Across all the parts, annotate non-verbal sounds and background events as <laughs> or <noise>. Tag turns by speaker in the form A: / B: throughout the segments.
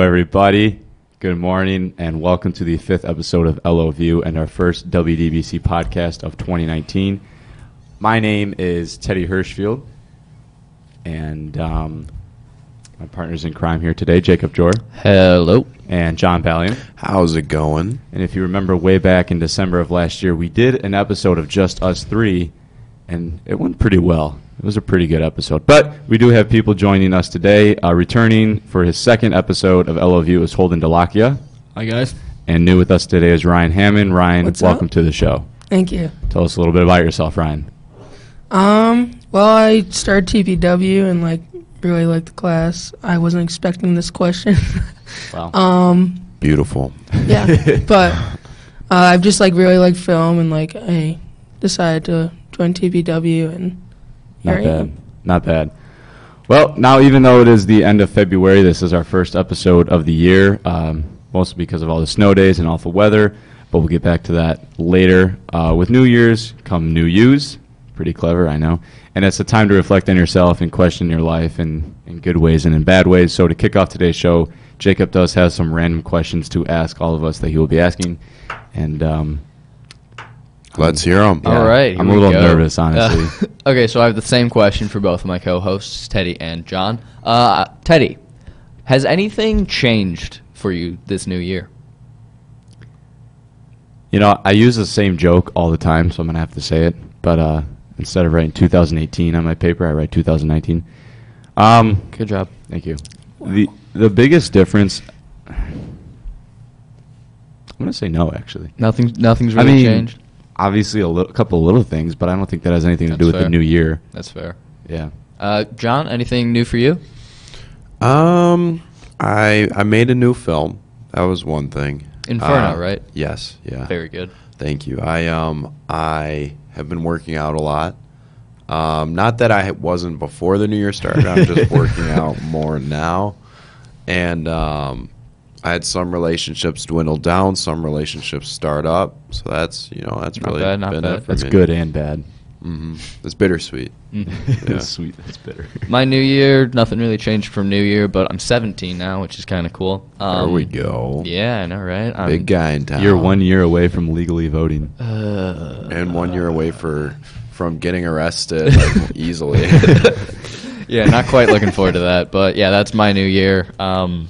A: everybody. Good morning, and welcome to the fifth episode of LOView and our first WDBC podcast of 2019. My name is Teddy Hirschfield, and um, my partners in crime here today, Jacob Jor
B: Hello.
A: and John Ballion.
C: How's it going?
A: And if you remember way back in December of last year, we did an episode of just us three, and it went pretty well. It was a pretty good episode. But we do have people joining us today. Uh, returning for his second episode of LOVU is Holden Delakia.
B: Hi guys.
A: And new with us today is Ryan Hammond. Ryan,
D: What's
A: welcome
D: up?
A: to the show.
D: Thank you.
A: Tell us a little bit about yourself, Ryan.
D: Um, well, I started TPW and like really liked the class. I wasn't expecting this question. <laughs>
A: Wow.
D: um,
C: Beautiful.
D: yeah, <laughs> but uh, I've just like really liked film and like I decided to join TPW and
A: Not
D: here I am.
A: bad. Not bad. Well, now even though it is the end of February, this is our first episode of the year, um, mostly because of all the snow days and awful weather. But we'll get back to that later. Uh, with New Year's come New Yous. Pretty clever, I know. And it's a time to reflect on yourself and question your life in, in good ways and in bad ways. So to kick off today's show, Jacob does have some random questions to ask all of us that he will be asking. And um,
C: Let's hear them.
A: Yeah.
B: All right.
A: I'm
B: here
A: a
B: we
A: little
B: go.
A: nervous, honestly.
B: Uh, <laughs> okay, so I have the same question for both of my co-hosts, Teddy and John. Uh, Teddy, has anything changed for you this new year?
A: You know, I use the same joke all the time, so I'm gonna have to say it. But uh, instead of writing 2018 on my paper, I write 2019. Um,
B: Good job.
A: thank you. the The biggest difference, I'm gonna say no, actually.
B: Nothing. Nothing's
A: I
B: really
A: mean,
B: changed.
A: Obviously, a li- couple little things, but I don't think that has anything to do
B: That's
A: with the
B: fair.
A: new year.
B: That's fair.
A: Yeah.
B: Uh, John, anything new for you?
C: Um, I I made a new film. That was one thing.
A: Uh,
B: Inferno, right?
C: Yes. Yeah.
B: Very good.
C: Thank you. I um I have been working out a lot. Um, not that I wasn't before the new year started.
B: <laughs>
C: I'm just working out more now. And um, I had some relationships dwindle down, some relationships start up. So that's you know that's
B: Not
C: really
B: bad, not
C: been
B: bad.
C: it for
A: That's
C: me.
A: good and bad.
C: hmm It's bittersweet. Yeah.
A: That's sweet. That's bitter.
B: Mm-hmm. My new year, nothing really changed from new year, but I'm 17 now, which is kind of cool. Um,
C: there we go.
B: Yeah, I know, right? I'm-
C: Big guy in town.
A: <laughs>
B: Um,
A: You're one year away from legally voting.
B: Uh,
C: and one year away for from
B: <laughs>
C: getting arrested like, easily. <laughs>
B: yeah, not quite looking forward to that. But yeah, that's my new year. Um,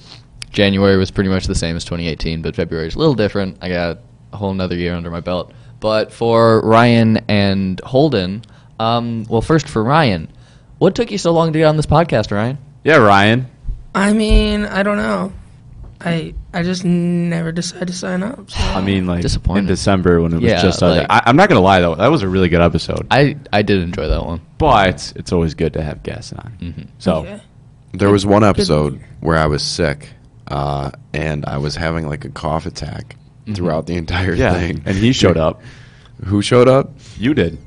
B: January was pretty much the same as 2018, but February is a little different. I got a whole another year under my belt. But for Ryan and Holden, um, well, first for Ryan, what took you so long to get on this podcast, Ryan?
A: Yeah, Ryan.
D: I mean, I don't know. I I just never decided to sign up.
A: <sighs>
D: So.
A: I mean, like in
B: Disappointed.
A: December when it was
B: Yeah,
A: just us.
B: like-
A: I, I'm not gonna lie though, that was a really good episode.
B: I I did enjoy that one.
A: but it's always good to have guests on.
B: Mhm.
A: So
D: Yeah.
C: there was one episode where I was sick, uh, and I was having like a cough attack throughout the entire
A: yeah,
C: thing.
A: and he showed up.
C: Who showed up?
A: You did.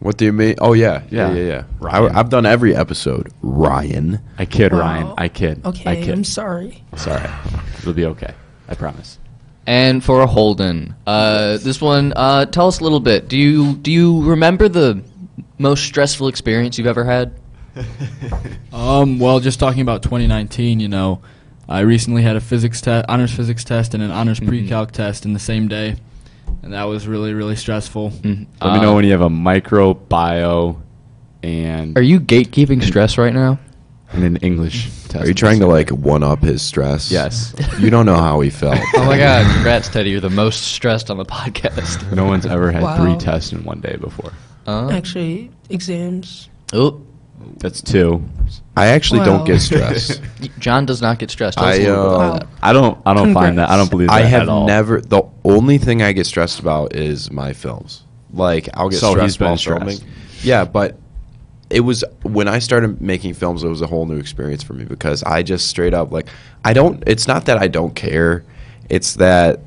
C: What do you mean? Oh yeah, yeah,
A: Yeah.
C: yeah, yeah.
A: Ryan.
C: I, have done every episode. Ryan.
A: I kid,
D: Wow.
A: Ryan. I kid. I
D: Okay,
A: kid.
D: I'm sorry.
A: Sorry. It'll be okay. I promise.
B: And for Holden, uh, this one, uh, tell us a little bit. Do you do you remember the most stressful experience you've ever had?
E: Um, well, just talking about 2019, you know, I recently had a physics test, honors physics test, and an honors
C: Mm-hmm.
E: pre-calc test in the same day, and that was really, really stressful.
C: Mm,
B: Mm-hmm.
A: Let
C: Uh,
A: me know when you have a micro bio and
B: Are you gatekeeping stress right now?
A: and an English test.
C: Are you trying to like one up his stress?
A: Yes.
C: You don't know how he felt.
B: <laughs> Oh my god, congrats, Teddy. You're the most stressed on the podcast.
A: No one's ever had
D: Wow.
A: three tests in one day before.
B: Uh,
D: Actually, exams.
B: oh,
A: That's two.
C: I actually
D: Wow.
C: don't get stressed.
B: John does not get stressed. Tell us a
C: I
B: little bit about
C: uh,
B: that.
A: I don't. I don't find that. I don't believe
D: Congrats.
A: that
C: I have
A: at all.
C: never. The only thing I get stressed about is my films. Like I'll get
A: So he's
C: stressed
A: been
C: while
A: stressed.
C: filming. Yeah, but it was when I started making films. It was a whole new experience for me because I just straight up like I don't. It's not that I don't care. It's that.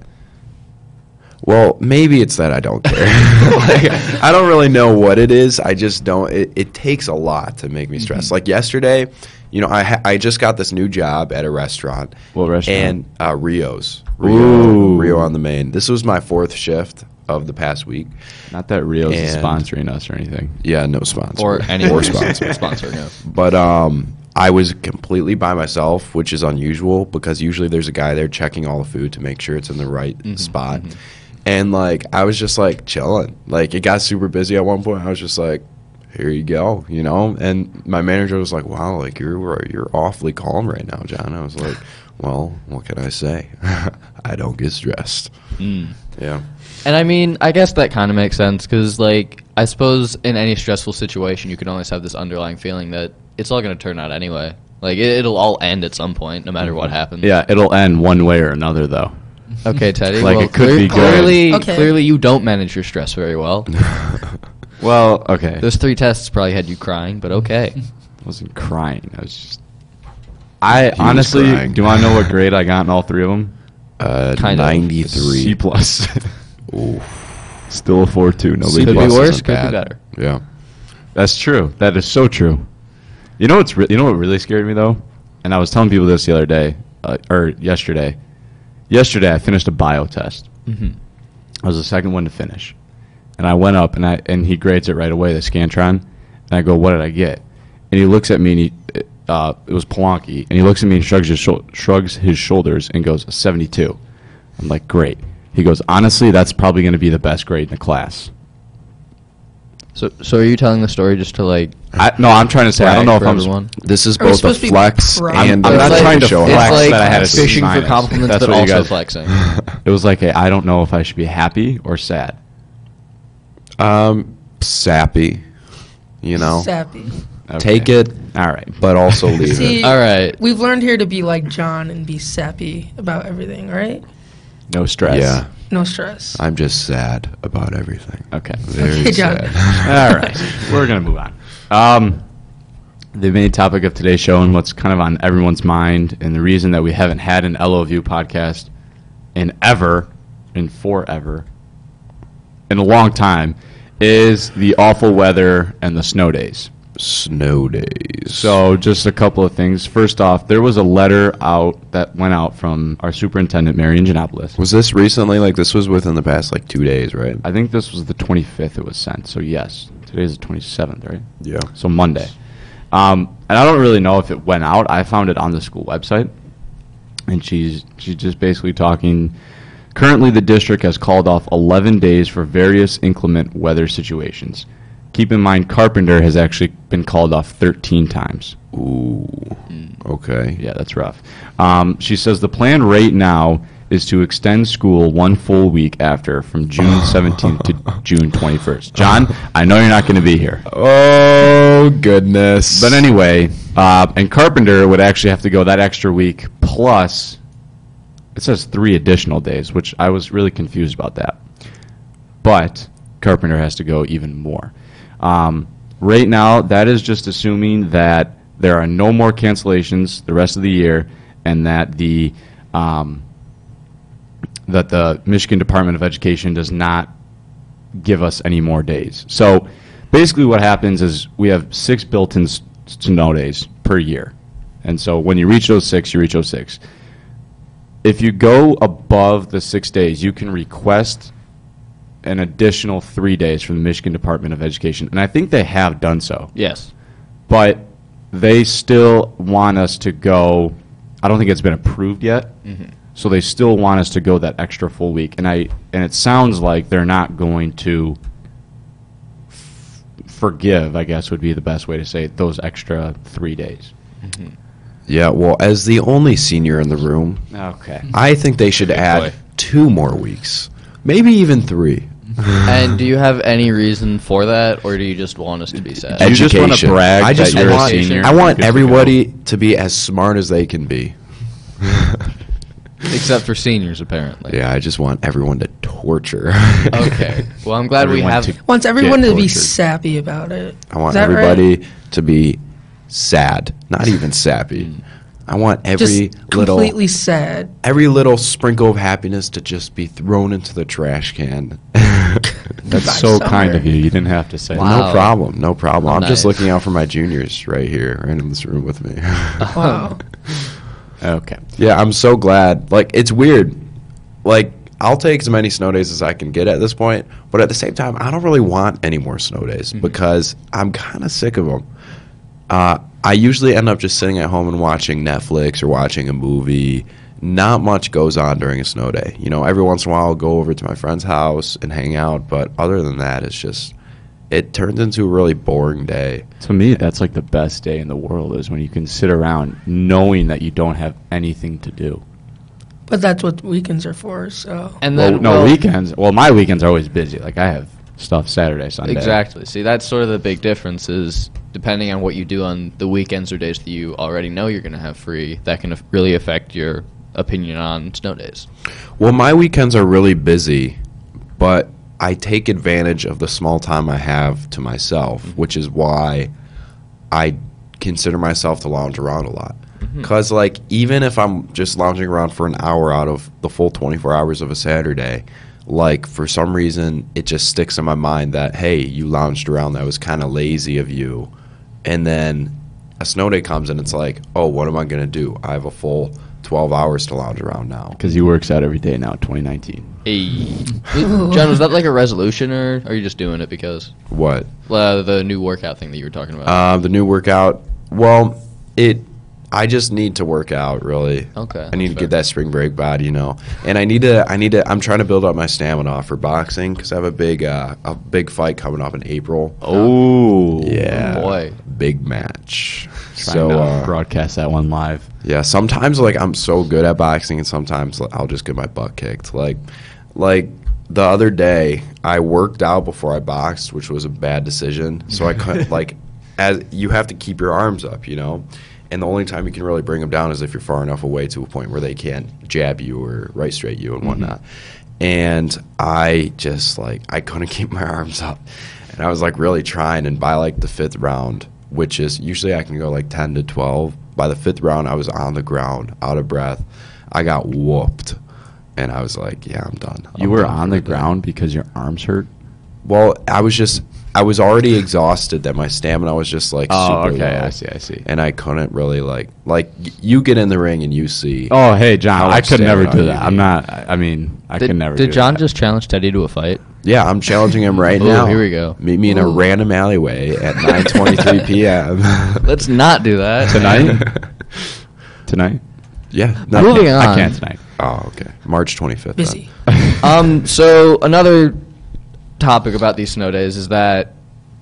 C: Well, maybe it's that I
A: <laughs>
C: don't care. <laughs> like, I don't really know what it is. I just don't. It, it takes a lot to make me
A: Mm-hmm.
C: stressed. Like yesterday, you know, I ha- I just got this new job at a restaurant.
A: What restaurant?
C: And uh, Rio's.
A: Ooh.
C: Rio, Rio on the main. This was my fourth shift of the past week.
A: Not that Rios is
C: And-
A: sponsoring us or anything.
C: Yeah, no sponsor
B: Or any
C: or sponsor.
B: sponsor. No.
C: But um, I was completely by myself, which is unusual because usually there's a guy there checking all the food to make sure it's in the right spot. And like I was just like chilling. Like it got super busy at one point. I was just like, here you go, you know. And my manager was like, wow, like you're you're awfully calm right now, John. I was like, well, what can I say? <laughs> I don't get stressed. Yeah.
B: And I mean, I guess that kind of makes sense because, like, I suppose in any stressful situation, you can always have this underlying feeling that it's all going to turn out anyway. Like, it, it'll all end at some point, no matter what happens.
A: Mm-hmm. Yeah, it'll end one way or another, though.
B: Okay, Teddy.
A: Like,
B: well,
A: it could be good.
B: clearly,
D: Okay.
B: clearly, you don't manage your stress very well.
A: Well, okay.
B: Those three tests probably had you crying, but okay.
A: wasn't crying. I was just. I
C: was
A: honestly
C: crying.
A: do. I know
C: <laughs>
A: what grade I got in all three of them.
C: Uh,
B: Kind of.
C: ninety
A: C
C: three.
A: plus. <laughs> Still a four two. No big
B: Could be
A: deal.
B: worse, could be better.
C: Yeah.
A: That's true. That is so true. You know what's re- you know what really scared me though, and I was telling people this the other day uh, or yesterday. Yesterday I finished a bio test.
B: Mhm.
A: I was the second one to finish, and I went up and I and he grades it right away the Scantron, and I go, "What did I get?" And he looks at me and he, uh, it was Polanki, and he looks at me and shrugs his shou- shrugs his shoulders and goes, "72." I'm like, "Great." He goes, "Honestly, that's probably going to be the best grade in the class."
B: So, so are you telling the story just to like?
A: I, no, I'm trying to say I don't
B: brag
A: know if
B: for
A: I'm
B: everyone?
C: This is
D: Are we
C: both a
D: supposed to be
C: flex
D: proud?
C: and
A: I'm
C: a
A: not
B: It's like-
A: trying to flex
B: It's like
A: that I had a C
B: fishing for
A: minus.
B: compliments,
A: That's
B: but
A: what you
B: also
A: guys-
B: <laughs> flexing.
A: It was like, a, I don't know if I should be happy or sad.
C: Um, sappy. You know,
D: Sappy.
A: Okay.
C: take it,
A: All right.
C: but also leave
D: See,
C: it.
B: All right.
D: We've learned here to be like John and be sappy about everything, all right?
A: No stress.
C: Yeah,
D: No stress.
C: I'm just sad about everything.
A: Okay.
C: Very
D: Okay, John.
A: <laughs>
C: sad.
A: All right. We're going to move on. Um, the main topic of today's show and what's kind of on everyone's mind and the reason that we haven't had an LOVU podcast in ever, in forever, in a long time, is the awful weather and the snow days.
C: <laughs> Snow days.
A: So, just a couple of things. First off, there was a letter out that went out from our superintendent, Mary Angianopoulos.
C: was this recently? Like this was within the past like two days, right?
A: I think this was the 25th it was sent. So, yes, today's the 27th, right?
C: Yeah.
A: So, Monday. Um, and I don't really know if it went out. I found it on the school website. And she's, she's just basically talking. Currently, the district has called off 11 days for various inclement weather situations. Keep in mind, Carpenter has actually been called off 13 times.
C: Ooh. Okay.
A: Yeah, that's rough. Um, she says the plan right now is to extend school one full week after from June 17th to June 21st. John, I know you're not going to be here.
C: Oh goodness.
A: But anyway, uh, and Carpenter would actually have to go that extra week plus it says three additional days, which I was really confused about that. But Carpenter has to go even more. Um, right now, that is just assuming that there are no more cancellations the rest of the year, and that the um, that the Michigan Department of Education does not give us any more days. So basically, what happens is we have six built-in s- snow days per year, and so when you reach those six, you reach those six. If you go above the six days, you can request an additional three days from the Michigan Department of Education, and I think they have done so
B: Yes.
A: but they still want us to go. I don't think it's been approved yet, so they still want us to go that extra full week. And I and it sounds like they're not going to f- forgive. I guess would be the best way to say it, those extra three days.
C: yeah. Well, as the only senior in the room,
A: Okay.
C: <laughs> I think they should add
B: boy.
C: two more weeks, maybe even three.
B: And do you have any reason for that, or do you just want us to be sad?
A: Do you just wanna
C: Education.
A: brag
C: I
A: that
C: just
A: you're
B: a
C: want,
B: senior
C: I
A: and
C: want
A: good to
C: everybody to be as smart as they can be. <laughs>
B: Except for seniors, apparently.
C: Yeah, I just want everyone to torture.
B: Okay. Well, I'm glad we
C: Everyone
B: have.
C: to-
D: Wants everyone
C: Get
D: to be
C: tortured.
D: sappy about it.
C: <laughs> I want
D: Is that right?
C: everybody to be sad, not even sappy.
A: Mm.
C: I want every
D: Just
C: little <laughs>
D: completely sad.
C: every little sprinkle of happiness to just be thrown into the trash can. <laughs>
A: That's so kind of you. You didn't have to say. that.
B: Wow.
C: No problem, no problem. I'm just
B: nice.
C: looking out for my juniors right here, right in this room with me. <laughs>
D: Wow.
A: Okay.
C: Yeah, I'm so glad. Like it's weird. Like I'll take as many snow days as I can get at this point, but at the same
B: Mm-hmm.
C: time, I don't really want any more snow days because I'm kind of sick of them. Uh, I usually end up just sitting at home and watching Netflix or watching a movie. Not much goes on during a snow day. You know, every once in a while I'll go over to my friend's house and hang out, but other than that, it's just it turns into a really boring day.
A: To me, that's like the best day in the world is when you can sit around knowing that you don't have anything to do.
D: But that's what weekends are for. So
B: And
A: Well,
B: then
A: no weekends. Well, my weekends are always busy. Like I have stuff Saturday, Sunday.
B: Exactly. See, that's sort of the big difference is depending on what you do on the weekends or days that you already know you're going to have free, that can af- really affect your opinion on snow days.
C: Well, my weekends are really busy, but I take advantage of the small time I have to myself, which is why I consider myself to lounge around a lot. Because, like, even if I'm just lounging around for an hour out of the full 24 hours of a Saturday, like, for some reason, it just sticks in my mind that, hey, you lounged around. That was kind of lazy of you. And then a snow day comes and it's like, oh, what am I going to do? I have a full 12 hours to lounge around now.
A: Because he works out every day now. 2019.
B: Hey. John, was that like a resolution or are you just doing it because
C: What?
B: uh, the new workout thing that you were talking about?
C: Um, the new workout. Well, it. I just need to work out, really.
B: okay.
C: I need to
B: fair.
C: get that spring break body, you know, and I need to. I need to. I'm trying to build up my stamina for boxing because I have a big, uh, a big fight coming up in April.
A: Oh,
C: Yeah,
B: boy.
C: big match.
A: Trying
C: so
A: to
C: uh,
A: broadcast that one live.
C: yeah, sometimes like I'm so good at boxing, and sometimes like, I'll just get my butt kicked. Like, like the other day, I worked out before I boxed, which was a bad decision. So
A: <laughs>
C: I cut like, as you have to keep your arms up, you know, and the only time you can really bring them down is if you're far enough away to a point where they can't jab you or right straight you and
A: Mm-hmm.
C: whatnot. And I just like I couldn't <laughs> keep my arms up, and I was like really trying. And by like the fifth round, which is usually I can go like 10 to 12. By the fifth round, I was on the ground, out of breath. I got whooped. And I was like, yeah, I'm done.
A: You
C: I'm
A: were
C: done
A: on
C: for
A: the
C: day.
A: ground because your arms hurt.
C: Well, I was just, I was already exhausted that my stamina was just like
B: Oh,
C: super low.
A: Oh, I see.
C: And I couldn't really like, like y- you get in the ring and you see.
A: Oh, hey, John.
C: How
A: I could never
C: upstanding
A: do
C: are
A: that.
C: you?
A: I'm not. I I mean, I
B: Did,
A: could never.
B: did
A: do
B: John
A: that.
B: just challenge Teddy to a fight?
C: Yeah, I'm challenging him right
B: <laughs> Ooh,
C: now.
B: here we go.
C: Meet me in a
D: Ooh.
C: random alleyway
B: <laughs>
C: at 9:23 <laughs> p.m.
B: Let's not do that.
A: Tonight?
B: <laughs>
A: <laughs> tonight?
C: yeah.
A: No, I
B: Moving
A: can't. I
B: on.
A: can't <laughs> tonight.
C: Oh, okay. March 25th. then.
D: busy.
A: Uh,
B: Um, so another topic about these snow days is that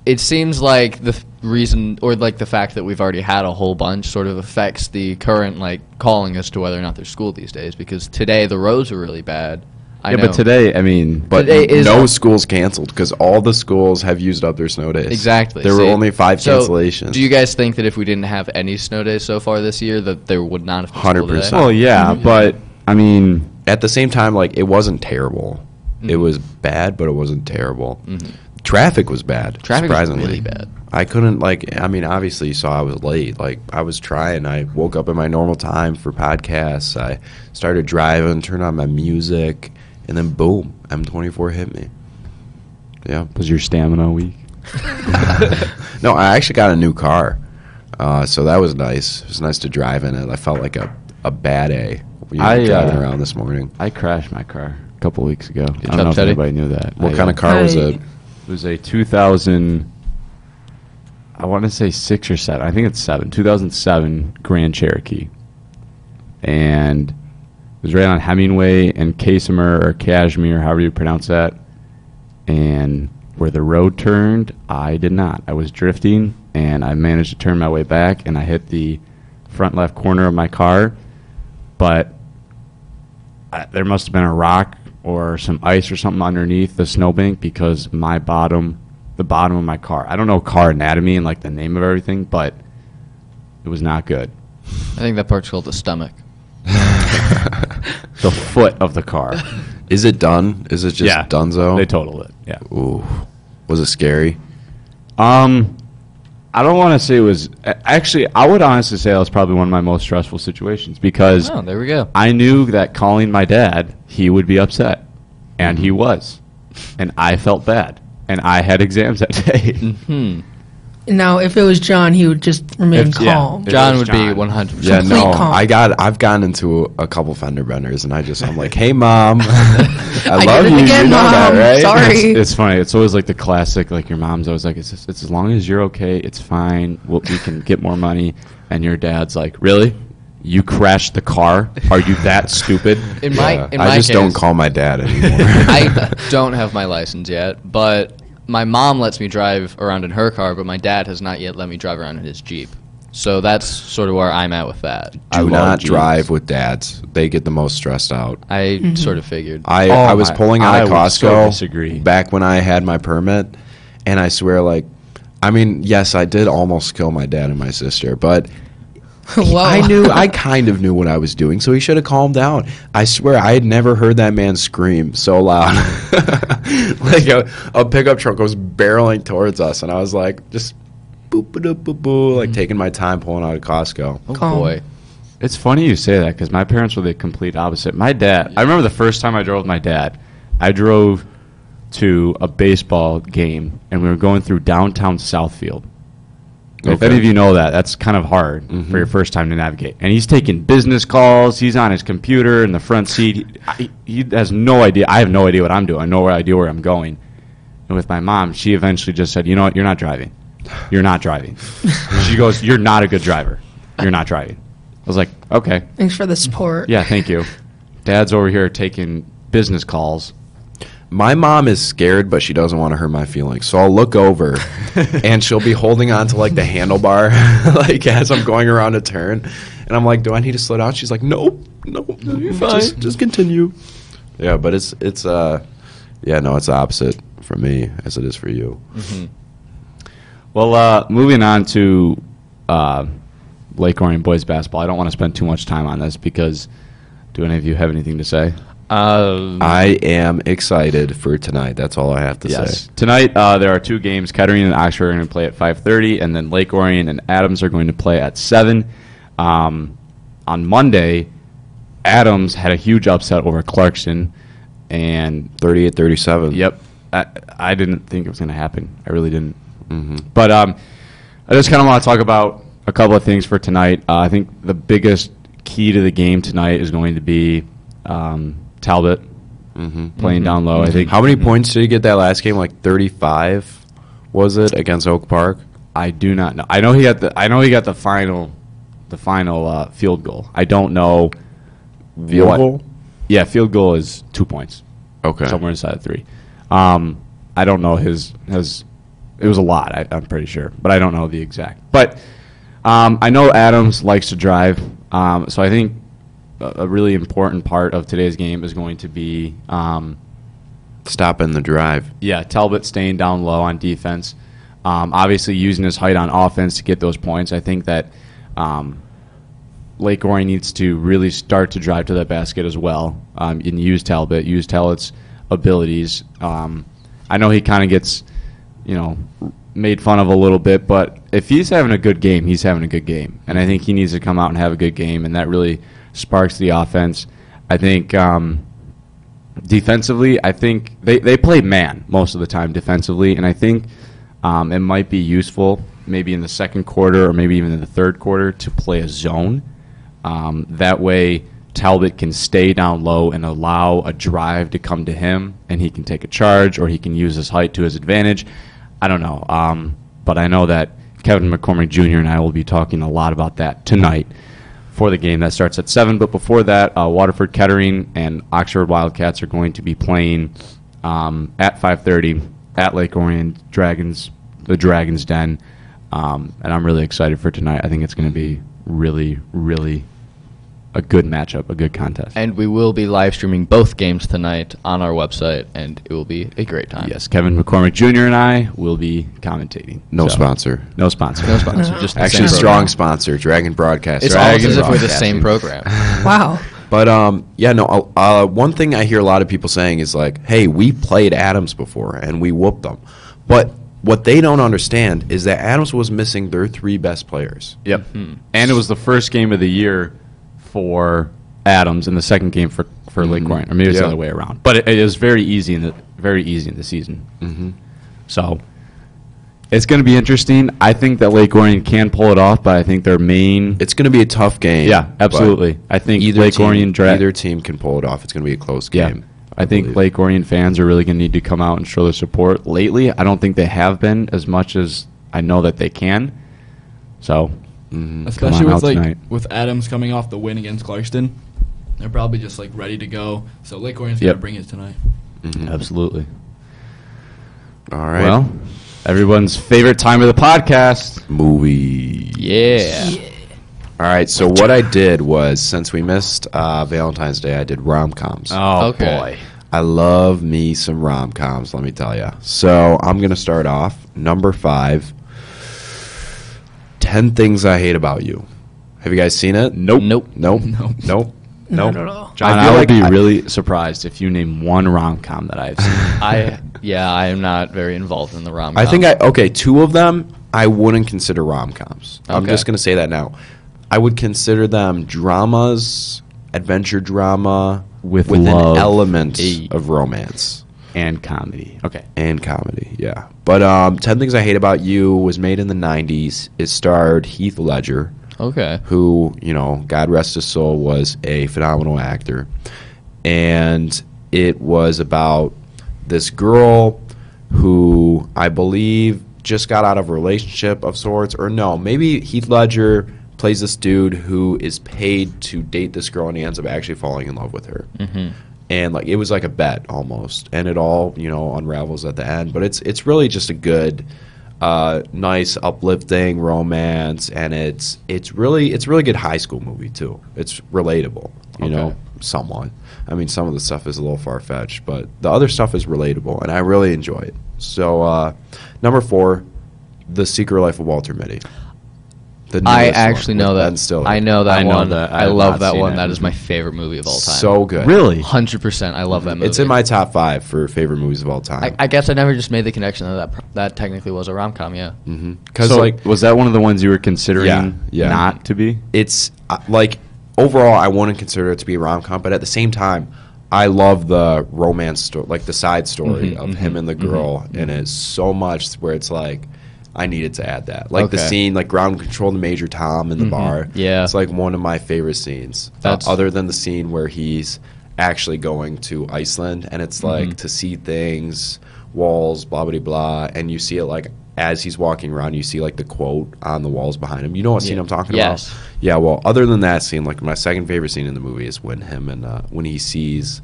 B: it seems like the f- reason or like the fact that we've already had a whole bunch sort of affects the current like calling as to whether or not there's school these days because today the roads were really bad. I
A: yeah,
B: know.
A: but today, I mean, but
C: But
B: Today is-
C: no schools canceled because all the schools have used up their snow days.
B: exactly
C: There were
B: see?
C: only five
B: So,
C: cancellations.
B: Do you guys think that if we didn't have any snow days so far this year that there would not have been school today?
C: 100%.
A: well, yeah, but I mean,
C: At the same time, like it wasn't terrible.
B: Mm-hmm.
C: It was bad, but it wasn't terrible. Traffic was bad.
B: Traffic was
C: surprisingly
B: really bad.
C: I couldn't like. I mean, obviously, you saw I was late. Like I was trying. I woke up at my normal time for podcasts. I started driving, turned on my music, and then boom, M24 hit me. <laughs> Yeah.
A: was your stamina weak?
C: No, I actually got a new car, uh, so that was nice. It was nice to drive in it. I felt like a a bad A. when you were
A: I, uh,
C: driving around this morning.
A: I crashed my car a couple weeks ago. I
B: job,
A: don't know if
B: Teddy.
A: anybody knew that.
C: What
A: I,
C: kind
A: uh,
C: of car was it?
A: It was a 2000. I want to say six or seven. I think it's seven. 2007 Grand Cherokee, and it was right on Hemingway and Casimir or Kashmir, however you pronounce that. And where the road turned, I did not. I was drifting, and I managed to turn my way back, and I hit the front left corner of my car, but I, there must have been a rock or some ice or something underneath the snowbank because my bottom, the bottom of my car. I don't know car anatomy and like the name of everything, but it was not good.
B: I think that part's called the stomach. <laughs>
A: The foot of the car.
C: <laughs> Is it done? Is it just
A: yeah,
B: Oh.
C: Dunzo?
A: They totaled it. Yeah.
C: Ooh, was it scary?
A: Um, I don't want to say it was. a- Actually, I would honestly say that was probably one of my most stressful situations because
B: Oh, there we go.
A: I knew that calling my dad, he would be upset, and
B: Mm-hmm.
A: he was, and I felt bad, and I had exams that
B: Mm-hmm.
A: day.
D: And now, if it was John, he would just remain
A: If- <laughs> yeah.
D: calm.
A: It
B: John
A: was
B: would be
A: John.
B: 100.
C: Yeah,
D: Complete
C: no,
D: calm. <laughs>
C: I got. I've gotten into a couple fender benders, and I just I'm like, hey mom, <laughs> I,
D: I
C: love
D: did it
C: you.
D: again,
C: you know
D: Mom.
C: that, right? <laughs>
D: Sorry.
A: It's, it's funny. It's always like the classic, like your mom's always like, it's, just- it's as long as you're okay, it's fine. We'll, we can get more money. And your dad's like, really? You crashed the car? Are you that stupid?
B: In my-
C: Yeah.
B: in
C: I
B: my
C: just don't
B: case-
C: call my dad anymore. <laughs>
B: I don't have my license yet, but my mom lets me drive around in her car, but my dad has not yet let me drive around in his Jeep. So that's sort of where I'm at with that.
C: Do
A: love
C: not
A: Jeeps.
C: drive with dads. They get the most stressed out.
B: I sort of figured.
A: <laughs>
C: I,
A: Oh
C: I was
A: my-
C: pulling out
A: I
C: of
A: would so
C: Costco
A: disagree.
C: back when I had my permit, and I swear, like, I mean, yes, I did almost kill my dad and my sister, but <laughs>
D: Whoa.
C: I knew,
D: <laughs>
C: I kind of knew what I was doing, so he should have calmed down. I swear, I had never heard that man scream so loud. <laughs> like a, a pickup truck was barreling towards us, and I was like, just boop, boop, boop, boop, like taking my time pulling out of Costco.
B: oh
D: Calm.
B: boy.
A: It's funny you say that because my parents were the complete opposite. My dad, I remember the first time I drove with my dad, I drove to a baseball game and we were going through downtown Southfield. If
C: Okay.
A: any of you know that, that's kind of hard for your first time to navigate. And he's taking business calls. He's on his computer in the front seat. He, I, he has no idea. I have no idea what I'm doing. No idea where I'm going. And with my mom, she eventually just said, "You know what? You're not driving. You're not <laughs> driving." she goes, "You're not a good driver. You're not driving." I was like, "Okay,
D: Thanks for the support.
A: yeah, thank you." Dad's over here taking business calls.
C: My mom is scared, but she doesn't want to hurt my feelings. So I'll look <laughs> over, and she'll be holding on to like the handlebar, <laughs> like as I'm going around a turn, and I'm like, "Do I need to slow down?" She's like, "No, no, you're fine. Just, just continue." Yeah, but it's it's uh, yeah, no, it's the opposite for me as it is for you.
A: Well, uh, moving on to uh, Lake Orion boys basketball. I don't want to spend too much time on this because do any of you have anything to say?
B: Um,
C: I am excited for tonight. That's all I have to say.
A: Tonight uh, there are two games. Kettering and Oxford are going to play at 5:30, and then Lake Orion and Adams are going to play at seven. Um, on Monday, Adams had a huge upset over Clarkson, and
C: 38-37.
A: Yep. I, I didn't think it was going to happen. I really didn't.
C: Mm-hmm,
A: But um, I just kind of want to talk about a couple of things for tonight. Uh, I think the biggest key to the game tonight is going to be um, Talbot playing down low. I think
C: mm-hmm. How many points did you get that last game? Like thirty-five, was it against Oak Park?
A: I do not know. I know he got the I know he got the final the final uh, field goal. I don't know
C: Field
A: what-
C: goal?
A: Yeah, field goal is two points.
C: Okay.
A: somewhere inside of three. Um, I don't know his his. It was a lot. I, I'm pretty sure, but I don't know the exact. But um, I know Adams likes to drive, um, so I think a, a really important part of today's game is going to be um,
C: stopping the drive.
A: yeah Talbot staying down low on defense. Um, obviously, using his height on offense to get those points. I think that um, Lake Orion needs to really start to drive to that basket as well um, and use Talbot, use Talbot's abilities. Um, I know he kind of gets, you know, made fun of a little bit, but if he's having a good game, he's having a good game. And I think he needs to come out and have a good game, and that really sparks the offense. I think um, defensively, I think they, they play man most of the time defensively, and I think um, it might be useful maybe in the second quarter or maybe even in the third quarter to play a zone. Um, that way, Talbot can stay down low and allow a drive to come to him, and he can take a charge or he can use his height to his advantage. I don't know, um, but I know that Kevin McCormick Jr. and I will be talking a lot about that tonight for the game that starts at seven. But before that, uh, Waterford Kettering and Oxford Wildcats are going to be playing um, at 5:30 at Lake Orion Dragons, the Dragons Den, um, and I'm really excited for tonight. I think it's going to be really, really a good matchup, a good contest.
B: and we will be live streaming both games tonight on our website, and it will be a great time.
A: yes, Kevin McCormick Jr. and I will be commentating.
C: No
A: So-
C: sponsor.
A: No sponsor.
B: No sponsor, just the
C: Actually,
B: same
C: strong
B: program.
C: sponsor, Dragon Broadcast.
B: It's
C: Dragon
B: almost as if we're the
C: Broadcasting.
B: same
C: <laughs>
B: program.
D: Wow.
C: But um, yeah, no. Uh, uh, one thing I hear a lot of people saying is like, "Hey, we played Adams before and we whooped them," but what they don't understand is that Adams was missing their three best players.
A: Yep. And it was the first game of the year for Adams and the second game for, for Lake Orion. Or maybe it's
C: Yeah.
A: the other way around. But it, it was very easy in the very easy in the season. Mm-hmm. So it's going to be interesting. I think that Lake Orion can pull it off, but I think their main
C: It's going to be a tough game.
A: yeah, absolutely. I
C: but
A: think
C: Either
A: Lake
C: team,
A: Orion dra-
C: either team can pull it off. It's going to be a close
A: yeah.
C: game.
A: I think
C: believe.
A: Lake Orion fans are really going to need to come out and show their support. Lately, I don't think they have been as much as I know that they can. So,
C: Mhm.
E: especially
A: on
E: with
A: out
E: like
A: tonight.
E: with Adams coming off the win against Clarkston. They're probably just like ready to go. So Lake Orion's
A: Yep.
E: gonna bring it tonight.
A: Mm-hmm.
C: Mhm.
A: absolutely.
C: All right.
A: Well, everyone's favorite time of the podcast.
C: movie.
B: Yeah.
C: All right. So what I did was, since we missed uh, Valentine's Day, I did rom coms.
A: Oh
B: Okay.
A: boy.
C: I love me some rom coms. Let me tell you. So I'm gonna start off number five. Ten things I hate about you. Have you guys seen it?
A: Nope.
B: Nope.
C: Nope.
E: Nope.
C: Nope.
D: Not
C: Nope.
D: at all.
A: John,
C: I
A: I,
C: feel
A: would
C: like
A: be
C: I-
A: really surprised if you name one rom com that I've
C: <laughs>
A: seen.
B: I yeah, I am not very involved in the rom.
C: I think I okay. Two of them I wouldn't consider rom coms. I'm
B: Okay.
C: just gonna say that now. I would consider them dramas, adventure drama
A: With
C: with
A: love.
C: an element
B: Hey.
C: of romance.
A: and comedy. Okay.
C: and comedy. Yeah, but um, Ten Things I Hate About You was made in the '90s. It starred Heath Ledger,
B: Okay.
C: who you know, God rest his soul, was a phenomenal actor, and it was about this girl who I believe just got out of a relationship of sorts, or no, maybe Heath Ledger plays this dude who is paid to date this girl and he ends up actually falling in love with her
B: hmm
C: and like it was like a bet almost and it all you know unravels at the end but it's it's really just a good uh, nice uplifting romance and it's it's really it's a really good high school movie too it's relatable you know
B: Okay.
C: somewhat i mean some of the stuff is a little far-fetched but the other stuff is relatable and i really enjoy it so uh, number four the secret life of walter mitty the
B: I
C: newest one
B: actually
C: with
B: know
C: Ben
B: that.
C: Stiller.
B: I know that
A: I know
B: one.
A: that. I
B: I,
A: have
B: love
A: not
B: that
A: seen
B: one.
A: it.
B: That is my favorite movie of all time.
C: so good
A: Really?
B: hundred percent. I love that movie.
C: it's in my top five for favorite movies of all time
B: I, I guess I never just made the connection that that, pro- that technically was a rom com. Yeah.
C: Because
A: so
C: like
A: was that one of the ones you were considering
C: Yeah, yeah.
A: not to be?
C: it's uh, like overall, I wouldn't consider it to be a rom com, but at the same time, I love the romance story, like the side story
B: Mhm,
C: of
B: mhm,
C: him and the girl, and it's so much where it's like. I needed to add that, like the
B: Okay. Mm-hmm,
C: scene, like ground control to Major Tom in the bar.
B: yeah.
C: it's like one of my favorite scenes. Uh,
B: That's-
C: other than the scene where he's actually going to Iceland, and
B: Mm-hmm.
C: it's like to see things, walls, blah blah blah, and you see it like as he's walking around, you see like the quote on the walls behind him. You know what scene
B: Yeah.
C: I'm talking
B: Yes.
C: about? Yeah, well, other than that scene, like my second favorite scene in the movie is when him and uh, when he sees.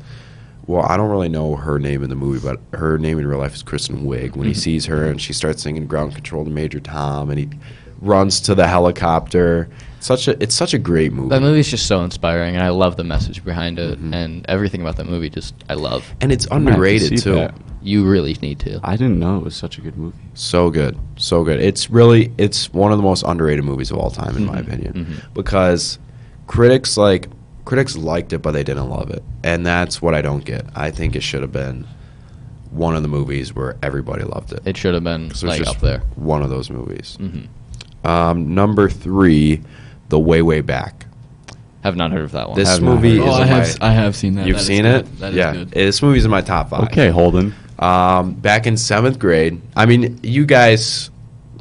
C: Well, I don't really know her name in the movie, but her name in real life is Kristen Wiig. When he
A: Mm-hmm.
C: sees her and she starts singing "Ground Control" to Major Tom, and he runs to the helicopter. Such a it's such a great movie,
B: That movie's just so inspiring, and I love the message behind it,
C: Mm-hmm.
B: and everything about that movie. Just I love.
C: and it's
A: might have to
C: underrated
A: see
C: too.
A: that.
B: You really need to.
A: I didn't know it was such a good movie.
C: So good, so good. It's really it's one of the most underrated movies of all time,
A: Mm-hmm.
C: in my opinion,
B: Mm-hmm.
C: because critics like critics liked it, but they didn't love it, and that's what I don't get. I think it should have been one of the movies where everybody loved it.
B: It should have been
C: So
B: like
C: it's just
B: up there.
C: one of those movies.
B: Mhm.
E: Mm-hmm.
C: Um, number three, The Way Way Back.
B: Have not heard of that one.
C: This
A: Have not
C: movie
A: heard of
C: is
E: Oh,
A: it.
E: I
C: in
E: have
C: my-
E: s- I have seen that.
C: You've
E: That is
C: seen
E: good.
C: it,
E: That is
C: yeah.
E: good.
C: This movie's in my top five.
A: Okay, Holden.
C: Um, back in seventh grade, I mean, you guys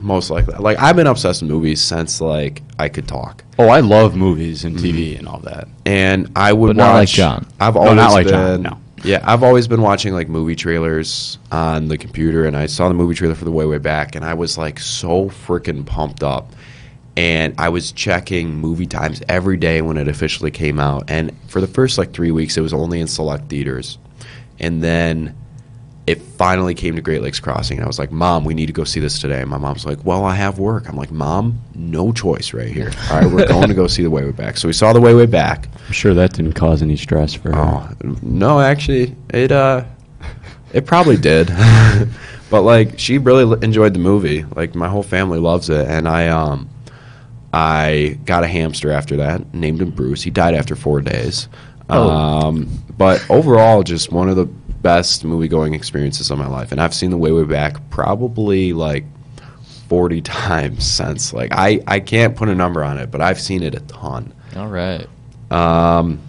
C: most likely like I've been obsessed with movies since like I could talk,
A: Oh, I love movies and TV and all that.
C: and I would
B: But not like
C: watch-
B: John.
C: I've
A: No,
C: Mm-hmm. always
A: not like
C: been,
A: John, no.
C: yeah, I've always been watching like movie trailers on the computer, and I saw the movie trailer for the way way back, and I was like so freaking pumped up. And I was checking movie times every day when it officially came out. And for the first like three weeks, it was only in select theaters. And then it finally came to Great Lakes Crossing, and I was like, "Mom, we need to go see this today." And my mom's like, "Well, I have work." I'm like, "Mom, no choice right here. All right, we're going to go see the Way Way Back." So we saw the Way Way Back.
A: I'm sure that didn't cause any stress for her.
C: Oh no, actually, it uh, <laughs> it probably did, <laughs> but like she really l- enjoyed the movie. Like my whole family loves it, and I um, I got a hamster after that, named him Bruce. He died after four days.
B: Oh.
C: Um, but overall, just one of the best movie going experiences of my life, and I've seen The Way Way Back probably like. 40 <laughs> times since like I, I can't put a number on it but i've seen it a ton
B: All right.
C: Um,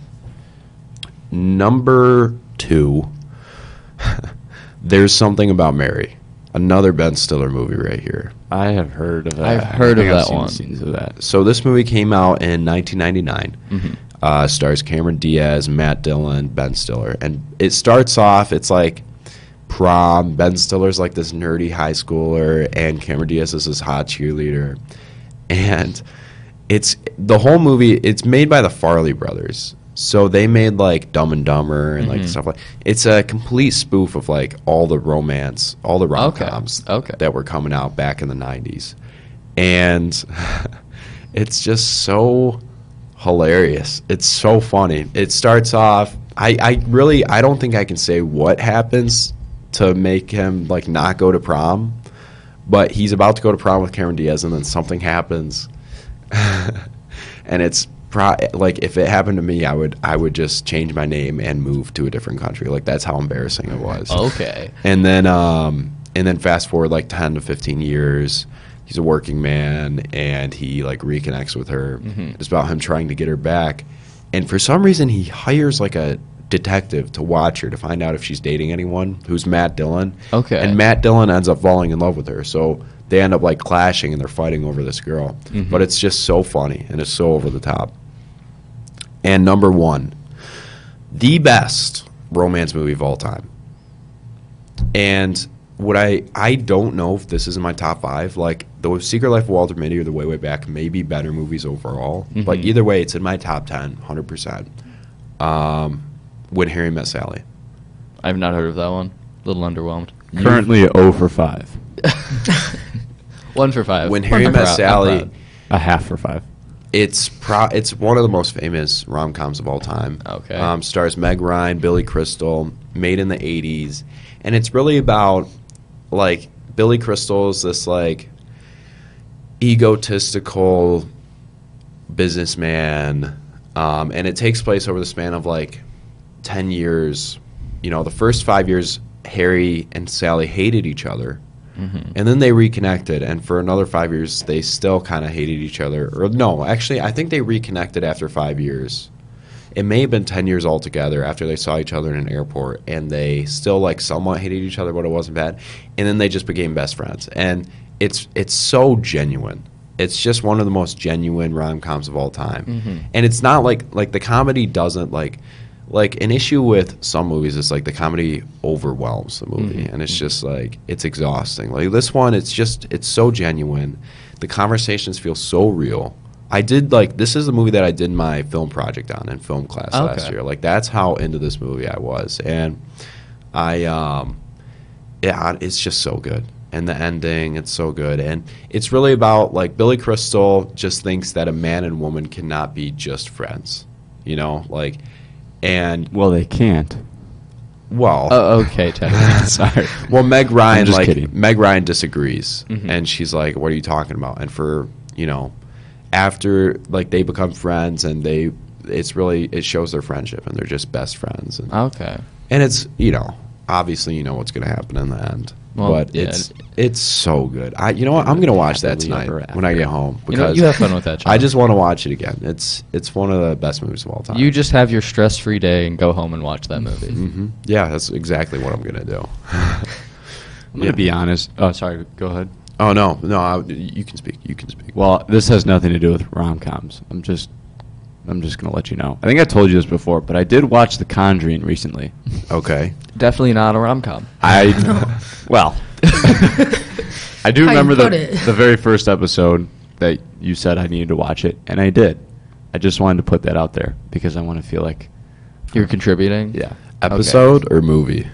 C: Number two, <laughs> there's something about Mary. Another Ben Stiller movie right here.
A: I have heard of that.
B: I've heard
A: I think
B: of
A: I've
B: that
A: seen
B: one.
A: Scenes of that.
C: So this movie came out in 1999. uh, stars Cameron Diaz, Matt Dillon, Ben Stiller, and it starts off. It's like prom. Ben Stiller's like this nerdy high schooler, and Cameron Diaz is this hot cheerleader, and it's the whole movie. It's made by the Farley brothers, so they made like Dumb and Dumber and like stuff like. It's a complete spoof of like all the romance, all the rom coms
B: Okay.
C: that were coming out back in the '90s, and <laughs> it's just so hilarious. It's so funny. It starts off. I, I really I don't think I can say what happens to make him like not go to prom, but he's about to go to prom with Cameron Diaz, and then something happens, <laughs> and it's pro- like if it happened to me, I would I would just change my name and move to a different country. Like that's how embarrassing it was.
B: Okay.
C: And then um, and then fast forward like ten to fifteen years, he's a working man and he like reconnects with her. It's about him trying to get her back, and for some reason he hires like a detective to watch her to find out if she's dating anyone who's Matt Dillon.
B: Okay.
C: And Matt Dillon ends up falling in love with her, so they end up like clashing and they're fighting over this girl. But it's just so funny and it's so over the top. And number one, the best romance movie of all time. And what I I don't know if this is in my top five. Like the Secret Life of Walter Mitty or The Way Way Back may be better movies overall. But either way, it's in my top 10, 100 percent. Um, when Harry Met Sally.
B: I've not heard of that one. A little underwhelmed.
A: Currently 0 for 5.
B: One for five.
C: When Harry
B: I'm
C: Met
B: proud- I'm
C: Sally,
B: proud.
A: A half for 5.
C: it's pro- it's one of the most famous rom coms of all time.
B: Okay.
C: Um, stars Meg Ryan, Billy Crystal, made in the '80s, and it's really about like Billy Crystal's this like egotistical businessman, um, and it takes place over the span of like ten years. You know, the first five years, Harry and Sally hated each other,
B: Mm-hmm.
C: and then they reconnected, and for another five years, they still kind of hated each other. Or no, actually, I think they reconnected after five years. It may have been ten years altogether after they saw each other in an airport, and they still like somewhat hated each other, but it wasn't bad. And then they just became best friends, and it's it's so genuine. It's just one of the most genuine rom coms of all time,
B: Mm-hmm.
C: and it's not like like the comedy doesn't like like an issue with some movies is like the comedy overwhelms the movie and it's just like it's exhausting like this one it's just it's so genuine the conversations feel so real i did like this is the movie that i did my film project on in film class last
B: Okay.
C: year like that's how into this movie i was and i um yeah, it's just so good. And the ending, it's so good. And it's really about like Billy Crystal just thinks that a man and woman cannot be just friends, you know, like, and
A: Well, they can't.
C: well,
B: Oh, okay,
C: <laughs>
B: technically.
A: <laughs> Sorry.
C: well, Meg Ryan
A: I'm just
C: like
A: kidding.
C: Meg Ryan disagrees,
B: Mm-hmm.
C: and she's like, "What are you talking about?" And for you know, after like they become friends, and they, it's really it shows their friendship, and they're just best friends, and
B: okay.
C: and it's you know obviously you know what's going to happen in the end
B: Well,
C: but
B: yeah,
C: it's it's so good i you know what i'm going to watch that
A: Happily
C: tonight
A: ever
C: when i get home
B: You, know,
C: because
B: you have fun with that, John.
C: i just want to watch it again it's it's one of the best movies of all time
B: You just have your stress-free day and go home and watch that movie.
C: hmm yeah that's exactly what i'm going to do
A: <laughs> I'm going to be honest. Oh, sorry. Go ahead.
C: oh no no I, you can speak you can speak
A: Well, this has nothing to do with rom-coms. I'm just I'm just going to let you know. I think I told you this before, but I did watch The Conjuring recently.
C: okay
B: Definitely not a rom-com.
D: <laughs>
A: I <laughs> well, I do
D: How you
A: remember the
D: put it.
A: the very first episode that you said I needed to watch it, and I did. I just wanted to put that out there because I want to feel like
B: You're contributing.
A: yeah.
C: episode or movie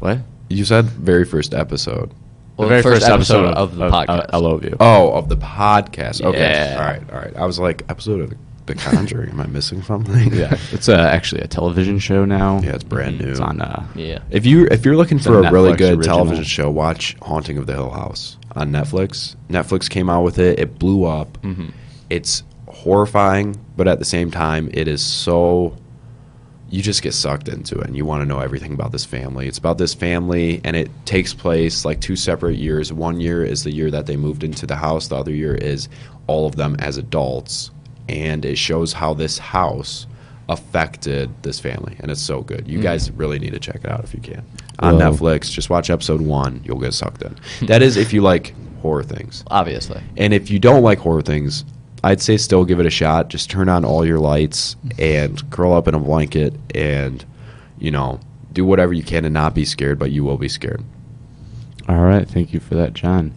A: What?
C: you said very first episode
B: Well,
A: the very
B: first, episode, of, the podcast.
A: I, I love you.
C: oh of the podcast okay
B: Yeah.
C: all right all right i was like episode of the, the conjuring am i missing something
A: <laughs> yeah, it's uh, actually a television show now.
C: yeah it's brand new
A: It's on. Uh,
B: yeah.
C: If you if you're looking for
A: a
C: a, really
A: Netflix
C: good
A: original.
C: television show, watch Haunting of the Hill House on Netflix. Netflix came out with it. It blew up.
B: Mm-hmm.
C: It's horrifying, but at the same time, it is so you just get sucked into it and you want to know everything about this family. It's about this family and it takes place like two separate years. One year is the year that they moved into the house, the other year is all of them as adults. And it shows how this house affected this family. And it's so good. You guys really need to check it out if you can. On
A: Whoa.
C: Netflix, just watch episode one. You'll get sucked in. That is if you like horror things.
B: Obviously.
C: And if you don't like horror things, I'd say still give it a shot. Just turn on all your lights and curl up in a blanket and, you know, do whatever you can and not be scared, but you will be scared.
A: All right. Thank you for that, John.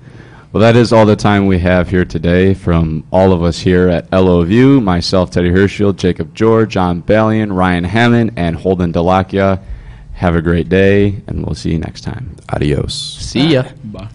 A: Well, that is all the time we have here today from all of us here at LOVU myself, Teddy Herschel, Jacob George, John Ballion, Ryan Hammond, and Holden Delakia. Have a great day, and we'll see you next time.
C: Adios.
B: See ya.
E: Bye.